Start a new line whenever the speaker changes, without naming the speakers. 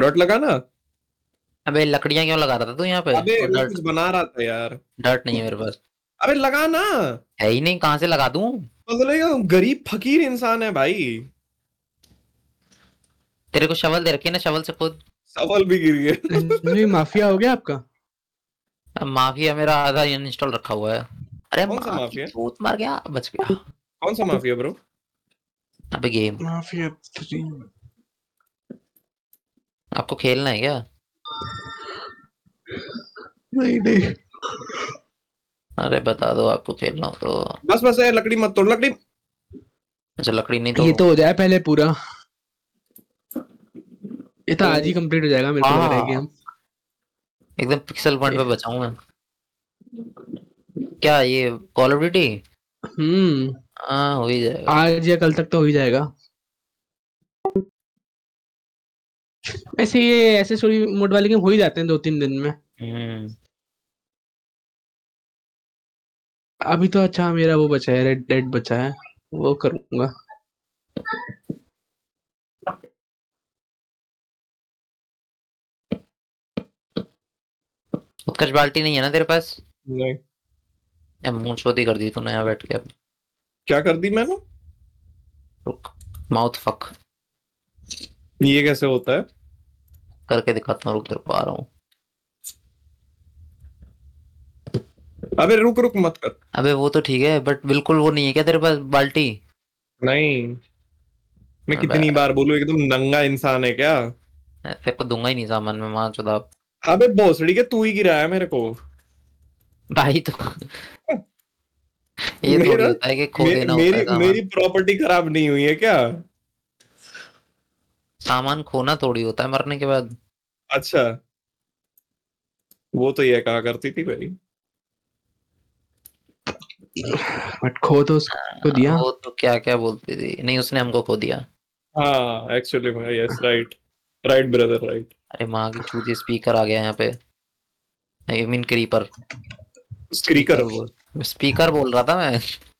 Dot लगाना
अबे लकड़ियां क्यों लगा रहा था तू यहाँ पे
अबे
और
मैं
डर्ट
कुछ बना रहा था यार
डर्ट नहीं है मेरे पास
अबे लगाना
है ही नहीं कहाँ से लगा दूं
मतलब ये गरीब फकीर इंसान है भाई
तेरे को शवल दे रखी है ना शवल से खुद
सवाल भी गिर गया
नहीं माफिया हो गया आपका
अब माफिया मेरा आधा इंस्टॉल रखा हुआ है अरे
कौन सा माफिया?
भूत मार गया बच गया
कौन सा माफिया ब्रो
अबे गेम
माफिया थ्री
आपको खेलना है क्या
नहीं नहीं
अरे बता दो आपको खेलना हो तो
बस बस यार लकड़ी मत तोड़ लकड़ी
अच्छा लकड़ी नहीं
ये
तो
तो हो जाए पहले पूरा ये तो आज ही कंप्लीट हो जाएगा मेरे को लग रहा है
हाँ।
गेम
एकदम पिक्सल पॉइंट पे बचाऊं मैं क्या ये कॉल ऑफ ड्यूटी
हम्म
हाँ हो ही जाएगा
आज या कल तक तो हो ही जाएगा ऐसे ये ऐसे स्टोरी मोड वाले गेम हो ही जाते हैं दो तीन दिन में
हम्म
अभी तो अच्छा मेरा वो बचा है रेड डेड बचा है वो करूंगा
उत्कर्ष बाल्टी नहीं है ना तेरे पास
नहीं
या मुंह चोदी कर दी तूने यहाँ बैठ के अब
क्या कर दी मैंने
रुक माउथ फक
ये कैसे होता है
करके दिखाता हूँ रुक तेरे को आ रहा हूँ
अबे रुक रुक मत कर
अबे वो तो ठीक है बट बिल्कुल वो नहीं है क्या तेरे पास बाल्टी
नहीं मैं
अबे।
कितनी बार बोलूं एकदम नंगा इंसान है क्या
मैं तेरे को दूंगा ही नहीं सामान में माँ चोदा
अबे भोसड़ी के तू ही गिराया मेरे को
भाई तो ये थोड़ी
मेरा-
होता है कि खो
मे-
देना होता है
मेरी
सामान
मेरी प्रॉपर्टी खराब नहीं हुई है क्या
सामान खोना थोड़ी होता है मरने के बाद
अच्छा वो तो ये कहा करती थी भाई
बट खो तो उसको दिया
वो तो क्या क्या बोलती थी नहीं उसने हमको खो दिया
हाँ एक्चुअली भाई yes right right brother right
अरे माँ की चूती स्पीकर आ गया यहाँ पे आई मीन क्रीपर
स्क्रीकर
स्पीकर बोल रहा था मैं